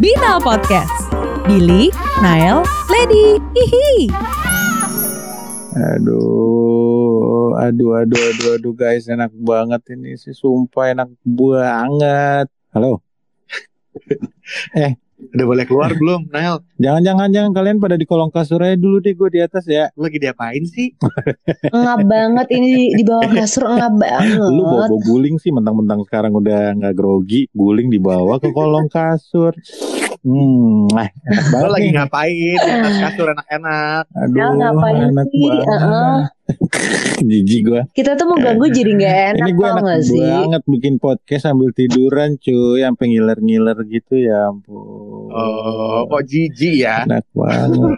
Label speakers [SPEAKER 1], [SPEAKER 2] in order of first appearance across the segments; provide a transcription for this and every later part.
[SPEAKER 1] Binal Podcast. Billy, Nael, Lady, hihi.
[SPEAKER 2] Aduh, aduh, aduh, aduh, aduh guys, enak banget ini sih, sumpah enak banget. Halo,
[SPEAKER 3] Udah boleh keluar belum, Nael?
[SPEAKER 2] jangan-jangan jangan kalian pada di kolong kasur aja dulu deh, gue di atas ya.
[SPEAKER 3] Lu Lagi diapain sih?
[SPEAKER 4] Ngap banget ini di, di bawah kasur ngap banget.
[SPEAKER 2] Lu bawa guling sih, mentang-mentang sekarang udah nggak grogi, guling dibawa ke kolong kasur. Hmm, ah, enak
[SPEAKER 3] Lu
[SPEAKER 2] banget
[SPEAKER 3] lagi
[SPEAKER 2] nih.
[SPEAKER 3] ngapain? Di atas kasur enak-enak.
[SPEAKER 2] Aduh,
[SPEAKER 4] Ya, ngapain
[SPEAKER 2] enak
[SPEAKER 4] sih? Heeh.
[SPEAKER 2] banget. Jijik gue.
[SPEAKER 4] Kita tuh mau ganggu jadi nggak enak
[SPEAKER 2] Eh, Ini gue
[SPEAKER 4] tau
[SPEAKER 2] enak
[SPEAKER 4] nggak sih?
[SPEAKER 2] banget bikin podcast sambil tiduran cuy, sampai ngiler-ngiler gitu ya ampun.
[SPEAKER 3] Oh, kok jijik ya?
[SPEAKER 2] enak banget.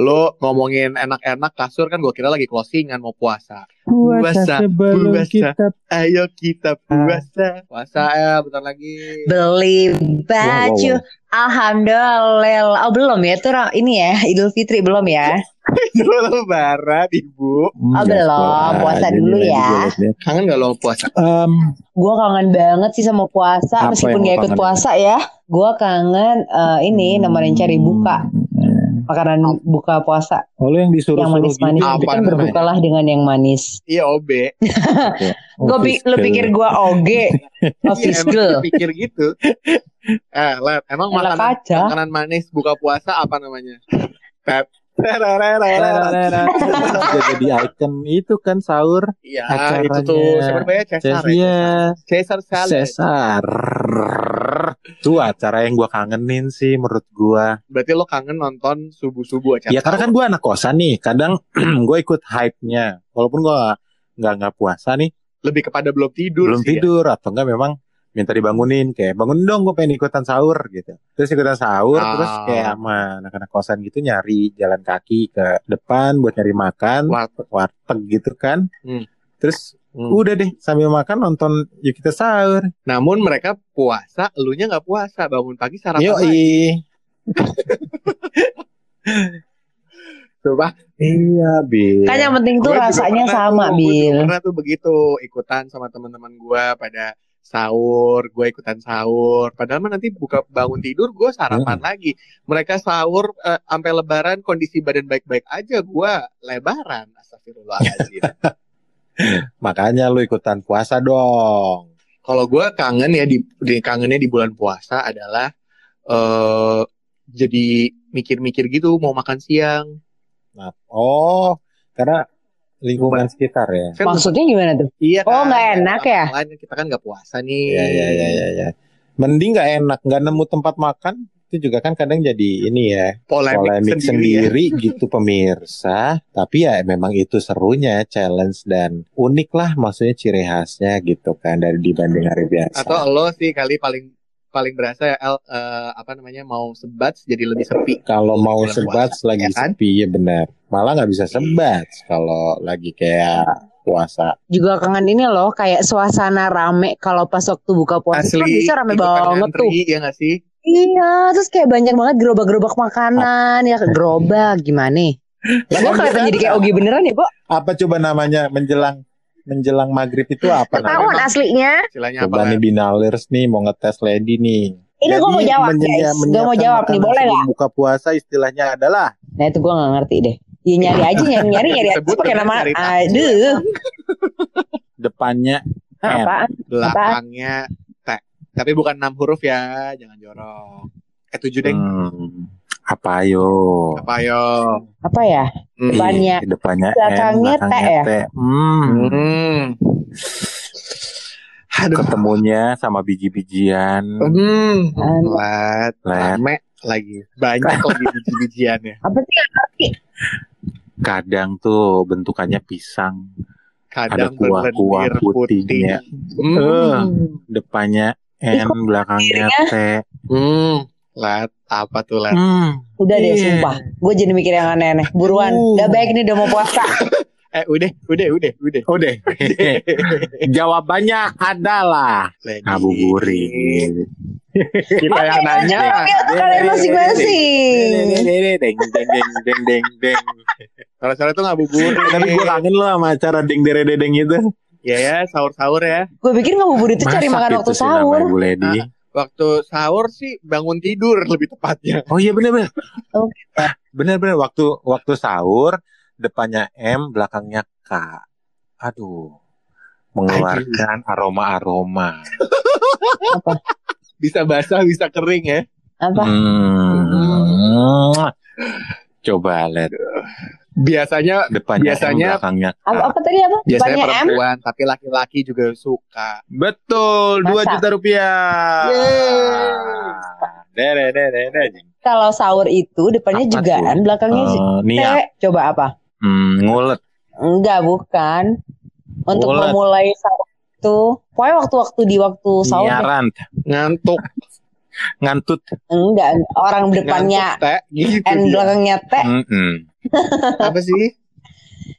[SPEAKER 3] Lu ngomongin enak-enak kasur kan gue kira lagi closingan mau puasa. Puasa,
[SPEAKER 2] Puasa sebelum
[SPEAKER 3] puasa.
[SPEAKER 2] kita
[SPEAKER 3] Ayo kita puasa. Puasa ya, bentar lagi.
[SPEAKER 4] Beli
[SPEAKER 2] Wow, wow,
[SPEAKER 4] baju.
[SPEAKER 2] wow.
[SPEAKER 4] Alhamdulillah. Oh belum ya? Itu ra- ini ya Idul Fitri belum ya?
[SPEAKER 3] Lu lebaran, Ibu.
[SPEAKER 2] Hmm,
[SPEAKER 4] Oh,
[SPEAKER 2] gas
[SPEAKER 4] belum.
[SPEAKER 2] puasa.
[SPEAKER 4] Puasa
[SPEAKER 2] Jadi
[SPEAKER 4] dulu
[SPEAKER 2] lagi
[SPEAKER 4] ya.
[SPEAKER 2] gue liat-liat.
[SPEAKER 3] Kangen gak lo puasa?
[SPEAKER 2] Em,
[SPEAKER 4] Gue kangen banget sih sama puasa.
[SPEAKER 2] Apa
[SPEAKER 4] Meskipun
[SPEAKER 2] yang lu
[SPEAKER 4] gak ikut
[SPEAKER 2] kangenin? Hmm.
[SPEAKER 4] puasa ya. Gue kangen eh, ini nemenin cari buka. Makanan buka puasa.
[SPEAKER 2] Oh, lu yang disuruh
[SPEAKER 4] yang
[SPEAKER 3] gitu,
[SPEAKER 4] manis-manis. Jadi
[SPEAKER 3] apa
[SPEAKER 4] kan
[SPEAKER 3] namanya?
[SPEAKER 4] berbukalah dengan yang manis.
[SPEAKER 3] Iya, OB.
[SPEAKER 4] Gue lu pikir gue oge.
[SPEAKER 3] Iya,
[SPEAKER 4] Office girl.
[SPEAKER 3] emang pikir gitu. Eh, Lat, emang makanan,
[SPEAKER 4] Enak aja.
[SPEAKER 3] makanan manis buka puasa apa namanya? Pep.
[SPEAKER 2] Nah, jadi icon itu kan sahur
[SPEAKER 3] Iya,
[SPEAKER 2] Acaranya.
[SPEAKER 3] itu tuh siapa namanya? Cesar. ya?
[SPEAKER 2] Cesia
[SPEAKER 3] Cesar Salad.
[SPEAKER 2] Cesar Itu acara yang gue kangenin sih menurut gue
[SPEAKER 3] Berarti lo kangen nonton subuh-subuh acara.
[SPEAKER 2] Ya karena kan gue anak kosan nih Kadang gue ikut hype-nya Walaupun gue nggak nggak puasa nih
[SPEAKER 3] lebih kepada belum tidur
[SPEAKER 2] Belum
[SPEAKER 3] sih ya.
[SPEAKER 2] tidur Atau enggak memang minta dibangunin kayak bangun dong gue pengen ikutan sahur gitu terus ikutan sahur
[SPEAKER 3] Ah.
[SPEAKER 2] terus kayak sama anak-anak kosan gitu nyari jalan kaki ke depan buat nyari makan
[SPEAKER 3] Warteg.
[SPEAKER 2] warteg gitu kan
[SPEAKER 3] Hmm.
[SPEAKER 2] terus
[SPEAKER 3] Hmm.
[SPEAKER 2] udah deh sambil makan nonton yuk kita sahur
[SPEAKER 3] Namun mereka puasa, elunya nggak puasa, bangun pagi sarapan.
[SPEAKER 2] yuk
[SPEAKER 3] lagi. Coba
[SPEAKER 2] iya bil
[SPEAKER 4] Kan yang penting tuh
[SPEAKER 3] Gua juga
[SPEAKER 4] rasanya
[SPEAKER 3] pernah
[SPEAKER 4] sama,
[SPEAKER 3] tuh, gua juga
[SPEAKER 4] Bil.
[SPEAKER 3] Pernah tuh begitu ikutan sama teman-teman gue pada sahur, gue ikutan sahur. Padahal mah nanti buka bangun tidur gue sarapan
[SPEAKER 2] Hmm.
[SPEAKER 3] lagi. Mereka sahur eh, sampai lebaran kondisi badan baik-baik aja, gue lebaran. Astagfirullahaladzim.
[SPEAKER 2] makanya lu ikutan puasa dong
[SPEAKER 3] Kalau gue kangen ya di, di- kangennya di bulan puasa adalah eh jadi mikir-mikir gitu mau makan siang.
[SPEAKER 2] nah, oh karena lingkungan sekitar ya
[SPEAKER 3] Kan
[SPEAKER 4] Maksudnya gimana tuh?
[SPEAKER 3] Iya
[SPEAKER 4] Oh, nggak
[SPEAKER 3] Ada
[SPEAKER 4] enak
[SPEAKER 3] orang
[SPEAKER 4] ya?
[SPEAKER 3] lain, kita kan nggak puasa nih.
[SPEAKER 2] Iya iya iya iya. Ya. Mending nggak enak, nggak nemu tempat makan itu juga kan kadang jadi ini ya
[SPEAKER 3] Polemik,
[SPEAKER 2] polemik
[SPEAKER 3] sendiri. ya.
[SPEAKER 2] sendiri, gitu pemirsa. Tapi ya memang itu serunya challenge dan unik lah maksudnya ciri khasnya gitu kan dari dibanding hari biasa.
[SPEAKER 3] Atau lo sih kali paling paling berasa ya El, eh, apa namanya mau sebat jadi lebih sepi.
[SPEAKER 2] kalau mau
[SPEAKER 3] Bulan
[SPEAKER 2] sebat
[SPEAKER 3] puasa,
[SPEAKER 2] lagi
[SPEAKER 3] ya kan?
[SPEAKER 2] sepi ya benar. Malah nggak bisa sebat kalau lagi kayak puasa.
[SPEAKER 4] Juga kangen ini loh, kayak suasana rame kalau pas waktu buka puasa kan bisa
[SPEAKER 3] ikutan
[SPEAKER 4] rame banget
[SPEAKER 3] ngantri,
[SPEAKER 4] tuh.
[SPEAKER 3] Iya nggak sih?
[SPEAKER 4] Iya, terus kayak banyak banget gerobak-gerobak makanan, ya gerobak gimana?
[SPEAKER 2] Lah,
[SPEAKER 4] Gue
[SPEAKER 2] kan
[SPEAKER 4] kelihatan
[SPEAKER 2] biasa.
[SPEAKER 4] jadi kayak ogi beneran ya, Bo?
[SPEAKER 2] Apa coba namanya menjelang menjelang maghrib itu apa
[SPEAKER 4] Ketahuan
[SPEAKER 2] namanya?
[SPEAKER 4] aslinya.
[SPEAKER 3] Istilahnya apa?
[SPEAKER 2] Coba nih binalers nih mau ngetes lady nih.
[SPEAKER 4] Ini gue mau jawab, guys. Gue mau jawab nih, boleh nggak?
[SPEAKER 2] Buka puasa istilahnya adalah
[SPEAKER 4] Nah itu gue gak ngerti deh. Ya nyari aja, nyari nyari nyari aja
[SPEAKER 3] Disebut
[SPEAKER 4] pakai
[SPEAKER 3] dengan
[SPEAKER 4] nama.
[SPEAKER 3] nyari tahu.
[SPEAKER 4] Aduh, Ah,
[SPEAKER 2] depannya M.
[SPEAKER 4] apaan?
[SPEAKER 3] Belakangnya T. Tapi bukan enam huruf ya, jangan jorok. Eh tujuh deng.
[SPEAKER 2] Hmm, apa yo?
[SPEAKER 3] Apa yo?
[SPEAKER 4] Apa ya?
[SPEAKER 3] Hmm.
[SPEAKER 4] Depannya.
[SPEAKER 2] Ih, depannya
[SPEAKER 4] Belakangnya
[SPEAKER 2] N, belakangnya
[SPEAKER 4] T ya?
[SPEAKER 2] T. Hmm.
[SPEAKER 3] Hmm. Aduh.
[SPEAKER 2] Ketemunya sama biji-bijian.
[SPEAKER 3] Hmm.
[SPEAKER 4] An-
[SPEAKER 3] Lat,
[SPEAKER 2] Lat.
[SPEAKER 3] rame lagi. Banyak lagi biji-bijiannya.
[SPEAKER 4] Apa sih?
[SPEAKER 2] Kadang tuh bentukannya pisang, ada
[SPEAKER 3] Kadang
[SPEAKER 2] kuah-kuah
[SPEAKER 3] berlendir putih.
[SPEAKER 2] putihnya. Eh, depannya N, belakangnya T.
[SPEAKER 3] Hmm. Lat, apa tuh Lat?
[SPEAKER 2] Hmm.
[SPEAKER 4] Udah deh,
[SPEAKER 2] Iya.
[SPEAKER 4] sumpah. Gue jadi mikir yang aneh-aneh. Buruan.
[SPEAKER 2] Uh.
[SPEAKER 4] Udah baik nih, udah mau puasa.
[SPEAKER 3] Eh, udah, udah, udah, udah.
[SPEAKER 2] Udah. Jawabannya adalah
[SPEAKER 3] Lagi.
[SPEAKER 2] ngabuburit.
[SPEAKER 3] Kita yang nanya.
[SPEAKER 2] Iya,
[SPEAKER 4] Kalian masing-masing.
[SPEAKER 2] Deng, deng, deng, deng, deng, deng, deng, deng.
[SPEAKER 3] Sore-sore tuh ngabuburit.
[SPEAKER 2] Tapi gue kangen loh sama acara deng dere dedeng itu.
[SPEAKER 3] Ya ya, sahur-sahur ya.
[SPEAKER 4] Gue pikir ngabuburit itu cari
[SPEAKER 2] iya. Masak
[SPEAKER 4] makan
[SPEAKER 2] gitu
[SPEAKER 4] waktu
[SPEAKER 2] sih namanya
[SPEAKER 4] sahur.
[SPEAKER 2] Bu Lady.
[SPEAKER 3] waktu sahur sih bangun tidur lebih tepatnya.
[SPEAKER 2] Oh iya benar-benar.
[SPEAKER 4] Oh.
[SPEAKER 2] Benar-benar waktu waktu sahur depannya M, belakangnya K. Aduh. Mengeluarkan aroma-aroma.
[SPEAKER 3] Bisa basah, bisa kering ya.
[SPEAKER 4] apa
[SPEAKER 2] Hmm. Coba lihat
[SPEAKER 3] Biasanya
[SPEAKER 2] depannya M,
[SPEAKER 3] Biasanya-
[SPEAKER 2] belakangnya K.
[SPEAKER 4] apa, apa tadi
[SPEAKER 2] Iya,
[SPEAKER 4] apa
[SPEAKER 3] biasanya
[SPEAKER 4] depannya M
[SPEAKER 3] perempuan, tapi laki-laki juga suka.
[SPEAKER 2] Betul, dua
[SPEAKER 4] Masa?
[SPEAKER 2] juta rupiah.
[SPEAKER 3] Yeay.
[SPEAKER 2] Dere, dere, dere.
[SPEAKER 4] kalau sahur itu depannya
[SPEAKER 2] Apa
[SPEAKER 4] juga
[SPEAKER 2] tuh?
[SPEAKER 4] N belakangnya J.
[SPEAKER 2] Eh, niat,
[SPEAKER 4] coba apa
[SPEAKER 2] Hmm, ngulet.
[SPEAKER 4] enggak bukan untuk
[SPEAKER 2] Bulat.
[SPEAKER 4] memulai sahur itu pokoknya waktu-waktu di waktu sahur gitu.
[SPEAKER 2] Nyaran,
[SPEAKER 3] Ngantuk,
[SPEAKER 2] ngantut.
[SPEAKER 4] enggak orang depannya
[SPEAKER 3] ngantuk, teh, gitu.
[SPEAKER 4] N
[SPEAKER 3] dia.
[SPEAKER 4] belakangnya T
[SPEAKER 2] Eh, Hmm. Mm-mm.
[SPEAKER 3] Apa sih?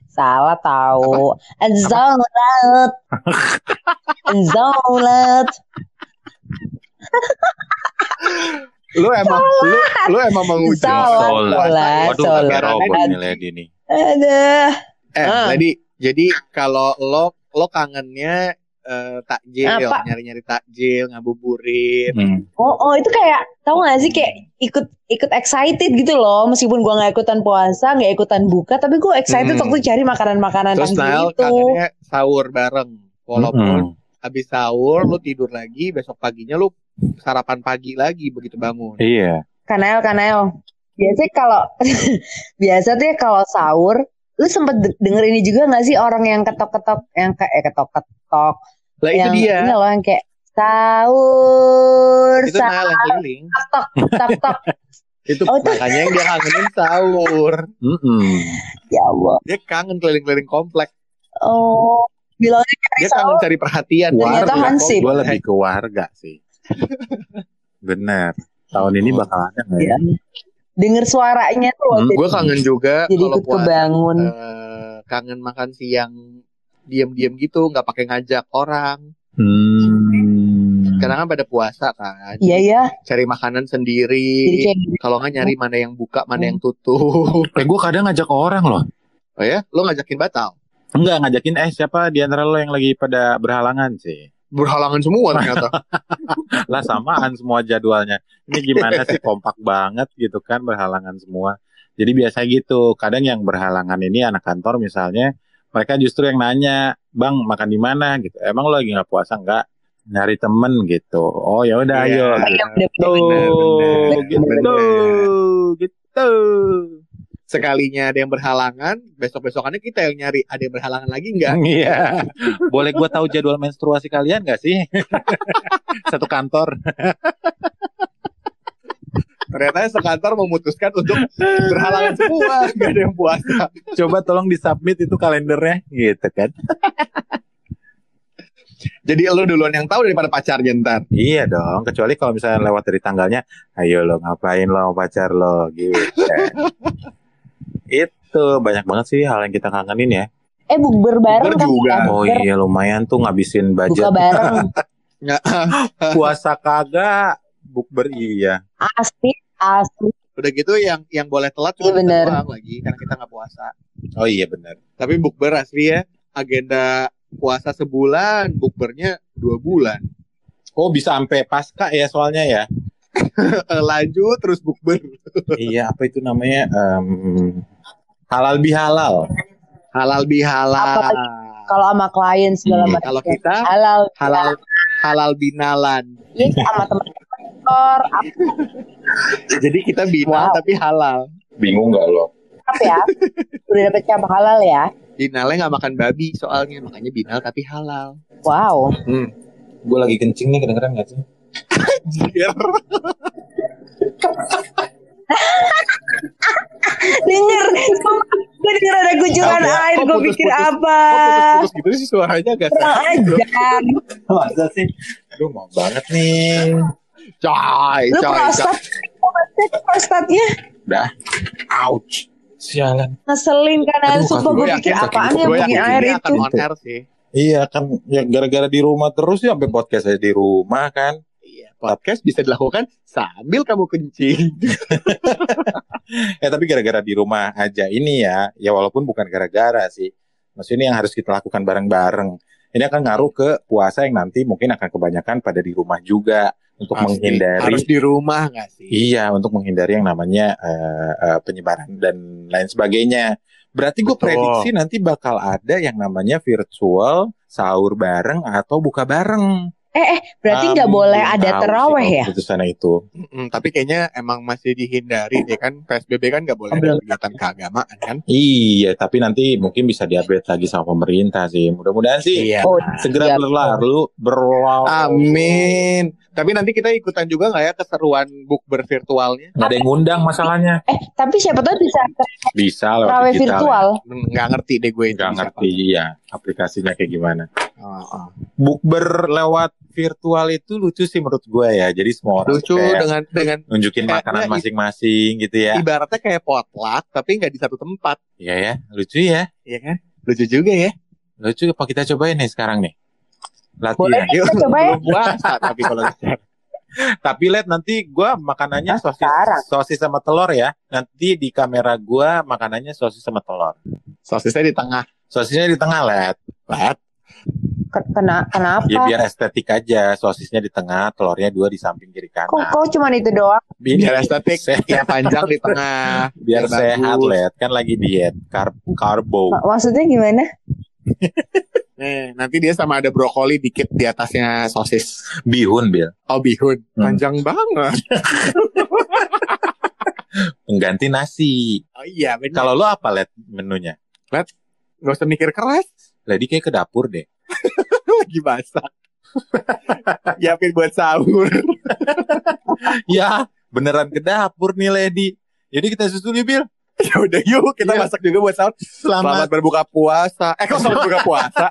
[SPEAKER 4] Salah tahu. Zolat. Zolat.
[SPEAKER 3] Lu emang lu, lu emang menguji.
[SPEAKER 4] Sholat, sholat,
[SPEAKER 2] Waduh,
[SPEAKER 4] sholat.
[SPEAKER 2] pakai robot
[SPEAKER 4] Sholat.
[SPEAKER 2] nih lady nih.
[SPEAKER 4] Aduh.
[SPEAKER 3] Eh,
[SPEAKER 4] Ah.
[SPEAKER 3] jadi jadi kalau lo lo kangennya eh, takjil,
[SPEAKER 4] Apa?
[SPEAKER 3] nyari-nyari takjil, ngabuburit.
[SPEAKER 2] Hmm.
[SPEAKER 4] Oh, oh, itu kayak tahu gak sih kayak ikut ikut excited gitu loh meskipun gua nggak ikutan puasa nggak ikutan buka tapi gue excited
[SPEAKER 3] Hmm.
[SPEAKER 4] waktu cari makanan-makanan
[SPEAKER 3] Terus Nael
[SPEAKER 4] takjil itu
[SPEAKER 3] kangennya sahur bareng.
[SPEAKER 4] Hmm.
[SPEAKER 3] Walaupun
[SPEAKER 2] Mm-mm.
[SPEAKER 3] habis sahur lu tidur lagi, besok paginya lu sarapan pagi lagi begitu bangun.
[SPEAKER 2] Iya.
[SPEAKER 4] kanel kanel biasanya kalau biasa tuh ya kalau sahur lu sempet de- denger ini juga nggak sih orang yang ketok-ketok yang kayak eh, ketok-ketok
[SPEAKER 3] Lah Nah, itu dia.
[SPEAKER 4] yang ini loh yang kayak sahur
[SPEAKER 3] Itu Nael yang keliling.
[SPEAKER 4] tok tok tok
[SPEAKER 3] Itu
[SPEAKER 4] Oh, itu-
[SPEAKER 3] makanya yang dia kangenin sahur.
[SPEAKER 2] Mm-mm.
[SPEAKER 4] ya Allah
[SPEAKER 3] Dia kangen keliling-keliling komplek.
[SPEAKER 4] oh bilangnya cari
[SPEAKER 3] Dia
[SPEAKER 4] sahur
[SPEAKER 3] kangen cari perhatian.
[SPEAKER 4] Ternyata
[SPEAKER 3] Warung,
[SPEAKER 4] Hansip.
[SPEAKER 2] Gue
[SPEAKER 3] komplek.
[SPEAKER 2] lebih ke warga sih. Bener. Tahun ini bakal ada nggak ya?
[SPEAKER 4] ya. denger suaranya tuh waktu
[SPEAKER 2] Hmm,
[SPEAKER 4] itu.
[SPEAKER 3] Gue Eh, kangen juga
[SPEAKER 4] jadi
[SPEAKER 3] kalau
[SPEAKER 4] ikut
[SPEAKER 3] puasa
[SPEAKER 4] kebangun
[SPEAKER 3] eh, kangen makan siang diam-diam gitu, nggak pakai ngajak orang.
[SPEAKER 2] Hmm.
[SPEAKER 3] Karena kan pada puasa kan.
[SPEAKER 4] iya ya
[SPEAKER 3] Cari makanan
[SPEAKER 4] jadi
[SPEAKER 3] sendiri.
[SPEAKER 4] kayak gini.
[SPEAKER 3] Kalau nggak nyari mana yang buka, mana yang tutup.
[SPEAKER 2] Eh, gue kadang ngajak orang loh.
[SPEAKER 3] Oh ya, lo ngajakin batal.
[SPEAKER 2] Enggak ngajakin eh siapa di antara lo yang lagi pada berhalangan sih?
[SPEAKER 3] Berhalangan semua ternyata.
[SPEAKER 2] lah samaan semua jadwalnya. Ini gimana sih kompak banget gitu kan berhalangan semua. Jadi biasa gitu. Kadang yang berhalangan ini anak kantor misalnya mereka justru yang nanya, "Bang, makan di mana?" gitu. "Emang lo lagi nggak puasa nggak?" Nyari temen gitu. Oh ya udah ayo.
[SPEAKER 3] Iya.
[SPEAKER 4] Kayak udah-
[SPEAKER 2] Gitu.
[SPEAKER 3] Bener, bener,
[SPEAKER 2] Gitu. Gitu.
[SPEAKER 3] Sekalinya ada yang berhalangan, besok-besokannya kita yang nyari. Ada yang berhalangan lagi nggak?
[SPEAKER 2] Iya. Boleh gua tahu jadwal menstruasi kalian gak sih? Satu kantor.
[SPEAKER 3] Ternyata sekantor memutuskan untuk berhalangan semua. Nggak ada yang puasa.
[SPEAKER 2] Coba tolong disubmit itu kalendernya gitu kan.
[SPEAKER 3] Jadi lo duluan yang tahu daripada pacarnya ntar.
[SPEAKER 2] Iya dong, kecuali kalau misalnya lewat dari tanggalnya, ayo lo ngapain lo sama pacar lo gitu. Itu banyak banget sih hal yang kita kangenin ya.
[SPEAKER 4] eh bukber
[SPEAKER 3] Bukber
[SPEAKER 4] bareng kan
[SPEAKER 3] juga.
[SPEAKER 4] kita
[SPEAKER 2] Oh
[SPEAKER 4] bukber,
[SPEAKER 2] iya lumayan tuh ngabisin
[SPEAKER 4] buka
[SPEAKER 2] budget
[SPEAKER 4] bareng
[SPEAKER 3] Nggak,
[SPEAKER 2] puasa kagak bukber iya.
[SPEAKER 4] asli asli
[SPEAKER 3] udah gitu yang yang boleh telat
[SPEAKER 4] Iya,
[SPEAKER 3] cuma kita
[SPEAKER 4] bener.
[SPEAKER 3] doang lagi karena kita nggak puasa.
[SPEAKER 2] Oh iya benar.
[SPEAKER 3] Tapi bukber asli ya agenda puasa sebulan, bukbernya dua bulan.
[SPEAKER 2] Oh bisa sampai pasca ya soalnya ya.
[SPEAKER 3] Eh, Lanjut terus bukber.
[SPEAKER 2] iya apa itu namanya Em, halal bihalal.
[SPEAKER 3] Halal bihalal.
[SPEAKER 4] Apa kalau sama klien segala
[SPEAKER 2] Hmm.
[SPEAKER 4] macam
[SPEAKER 3] Kalau kita
[SPEAKER 4] halal
[SPEAKER 3] halal halal binalan.
[SPEAKER 4] ya sama teman kantor apa
[SPEAKER 3] Jadi kita bina
[SPEAKER 4] Wow.
[SPEAKER 3] tapi halal.
[SPEAKER 2] Bingung nggak lo?
[SPEAKER 4] apa ya udah dapet cap halal ya
[SPEAKER 3] Binalnya nggak makan babi soalnya makanya binal tapi halal.
[SPEAKER 4] wow
[SPEAKER 2] Gue lagi kencing nih kedengeran gak sih?
[SPEAKER 4] denger gue denger ada kucuran
[SPEAKER 2] ya?
[SPEAKER 3] Apa?
[SPEAKER 4] air
[SPEAKER 3] Kok
[SPEAKER 4] gue
[SPEAKER 3] putus-putus?
[SPEAKER 4] pikir apa
[SPEAKER 3] Kok putus-putus gitu sih suaranya agak
[SPEAKER 4] kurang
[SPEAKER 3] sensitif.
[SPEAKER 4] ajar
[SPEAKER 2] Masa Oh, sih? Aduh mau banget nih.
[SPEAKER 3] Coy,
[SPEAKER 4] lu
[SPEAKER 3] coy, coy.
[SPEAKER 4] prostat prostat- Iya, prostatnya
[SPEAKER 2] Dah. Ouch. Sialan.
[SPEAKER 4] ngeselin kan air
[SPEAKER 2] Aduh, gua
[SPEAKER 4] sumpah gue pikir
[SPEAKER 3] yakin
[SPEAKER 4] apaan
[SPEAKER 2] sakit.
[SPEAKER 4] yang
[SPEAKER 2] Gua
[SPEAKER 4] bikin
[SPEAKER 2] yakin
[SPEAKER 4] air
[SPEAKER 3] ini
[SPEAKER 4] itu
[SPEAKER 3] akan on air sih.
[SPEAKER 2] Iya kan ya gara-gara di rumah terus ya sampai podcast saya di rumah kan.
[SPEAKER 3] Iya, podcast bisa dilakukan sambil kamu kencing.
[SPEAKER 2] Eh tapi gara-gara di rumah aja ini ya. Ya walaupun bukan gara-gara sih. Maksudnya ini yang harus kita lakukan bareng-bareng. Ini akan ngaruh ke puasa yang nanti mungkin akan kebanyakan pada di rumah juga. untuk
[SPEAKER 3] Pasti.
[SPEAKER 2] menghindari
[SPEAKER 3] harus di rumah nggak sih?
[SPEAKER 2] Iya, untuk menghindari yang namanya eh, eh, penyebaran dan lain sebagainya. Berarti gue
[SPEAKER 3] Betul.
[SPEAKER 2] prediksi nanti bakal ada yang namanya virtual sahur bareng atau buka bareng.
[SPEAKER 4] Eh eh berarti nggak
[SPEAKER 2] Amin,
[SPEAKER 4] boleh
[SPEAKER 2] belum Ah,
[SPEAKER 4] ada
[SPEAKER 2] tahu sih
[SPEAKER 4] teraweh
[SPEAKER 2] kalau
[SPEAKER 4] ya?
[SPEAKER 2] Keputusan itu.
[SPEAKER 3] Mm-mm, tapi kayaknya emang masih dihindari deh kan PSBB kan nggak boleh ada
[SPEAKER 4] Belum.
[SPEAKER 3] kegiatan keagamaan kan?
[SPEAKER 2] Iya, tapi nanti mungkin bisa diupdate lagi sama pemerintah sih. Mudah-mudahan sih
[SPEAKER 3] Iya. Ah.
[SPEAKER 4] Oh,
[SPEAKER 2] segera
[SPEAKER 4] iya.
[SPEAKER 2] berlalu berlalu.
[SPEAKER 3] Amin. Tapi nanti kita ikutan juga nggak ya keseruan bukber virtualnya?
[SPEAKER 2] Nggak ada yang ngundang masalahnya.
[SPEAKER 4] Eh tapi siapa tahu bisa
[SPEAKER 2] Bisa lewat
[SPEAKER 4] teraweh
[SPEAKER 2] digital. ya.
[SPEAKER 4] virtual.
[SPEAKER 3] Mm, Nggak ngerti deh gue. itu
[SPEAKER 2] Nggak
[SPEAKER 3] bisa
[SPEAKER 2] ngerti ya aplikasinya kayak gimana.
[SPEAKER 3] apa. Oh, oh.
[SPEAKER 2] bukber lewat virtual itu lucu sih menurut gue ya. Jadi semua orang
[SPEAKER 3] Lucu
[SPEAKER 2] tuh kayak
[SPEAKER 3] dengan dengan
[SPEAKER 2] nunjukin
[SPEAKER 3] kayaknya
[SPEAKER 2] makanan
[SPEAKER 3] i-
[SPEAKER 2] masing-masing gitu ya.
[SPEAKER 3] ibaratnya kayak potluck tapi nggak di satu tempat,
[SPEAKER 2] Iya ya, lucu ya.
[SPEAKER 3] ya kan? Lucu juga ya.
[SPEAKER 2] Lucu apa kita cobain nih sekarang nih?
[SPEAKER 4] Boleh
[SPEAKER 2] Latihan.
[SPEAKER 4] nih, kita coba ya.
[SPEAKER 3] Belum puasa tapi kalau
[SPEAKER 2] Tapi lihat nanti gue makanannya
[SPEAKER 4] Nah,
[SPEAKER 2] sosis
[SPEAKER 4] sekarang.
[SPEAKER 2] sosis sama telur ya. Nanti di kamera gue makanannya sosis sama telur.
[SPEAKER 3] sosisnya di tengah.
[SPEAKER 2] Sosisnya di tengah let.
[SPEAKER 3] Let.
[SPEAKER 4] Ken- Kena, kenapa?
[SPEAKER 2] Ya biar estetik aja. Sosisnya di tengah, telurnya dua di samping kiri
[SPEAKER 4] Kok
[SPEAKER 2] kanan.
[SPEAKER 4] kok cuman itu doang?
[SPEAKER 2] Ini
[SPEAKER 3] Biar estetik,
[SPEAKER 2] se-
[SPEAKER 3] ya panjang di tengah.
[SPEAKER 2] biar
[SPEAKER 3] Biar
[SPEAKER 2] sehat
[SPEAKER 3] bagus.
[SPEAKER 2] let. Kan lagi diet kar karbo.
[SPEAKER 4] Mak- Maksudnya gimana?
[SPEAKER 3] Nih, Eh, nanti dia sama ada brokoli dikit di atasnya sosis.
[SPEAKER 2] Bihun bil.
[SPEAKER 3] Oh, bihun.
[SPEAKER 2] Hmm.
[SPEAKER 3] Panjang banget.
[SPEAKER 2] Pengganti nasi.
[SPEAKER 3] Oh iya, benar.
[SPEAKER 2] Kalau lo apa let menunya?
[SPEAKER 3] Gak usah mikir keras.
[SPEAKER 2] Lady kayak ke dapur deh.
[SPEAKER 3] Lagi masak. Siapin buat sahur.
[SPEAKER 2] Ya, beneran ke dapur nih Lady. Jadi kita susul yuk, Bil.
[SPEAKER 3] ya udah yuk, kita
[SPEAKER 2] Iya.
[SPEAKER 3] masak juga buat sahur. Selamat
[SPEAKER 2] Selamat
[SPEAKER 3] berbuka puasa. Eh, kok selamat berbuka puasa?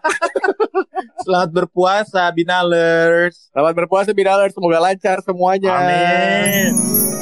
[SPEAKER 2] selamat berpuasa, Binalers. Ya.
[SPEAKER 3] Selamat berpuasa, Bidalers. Semoga lancar semuanya.
[SPEAKER 2] Amin.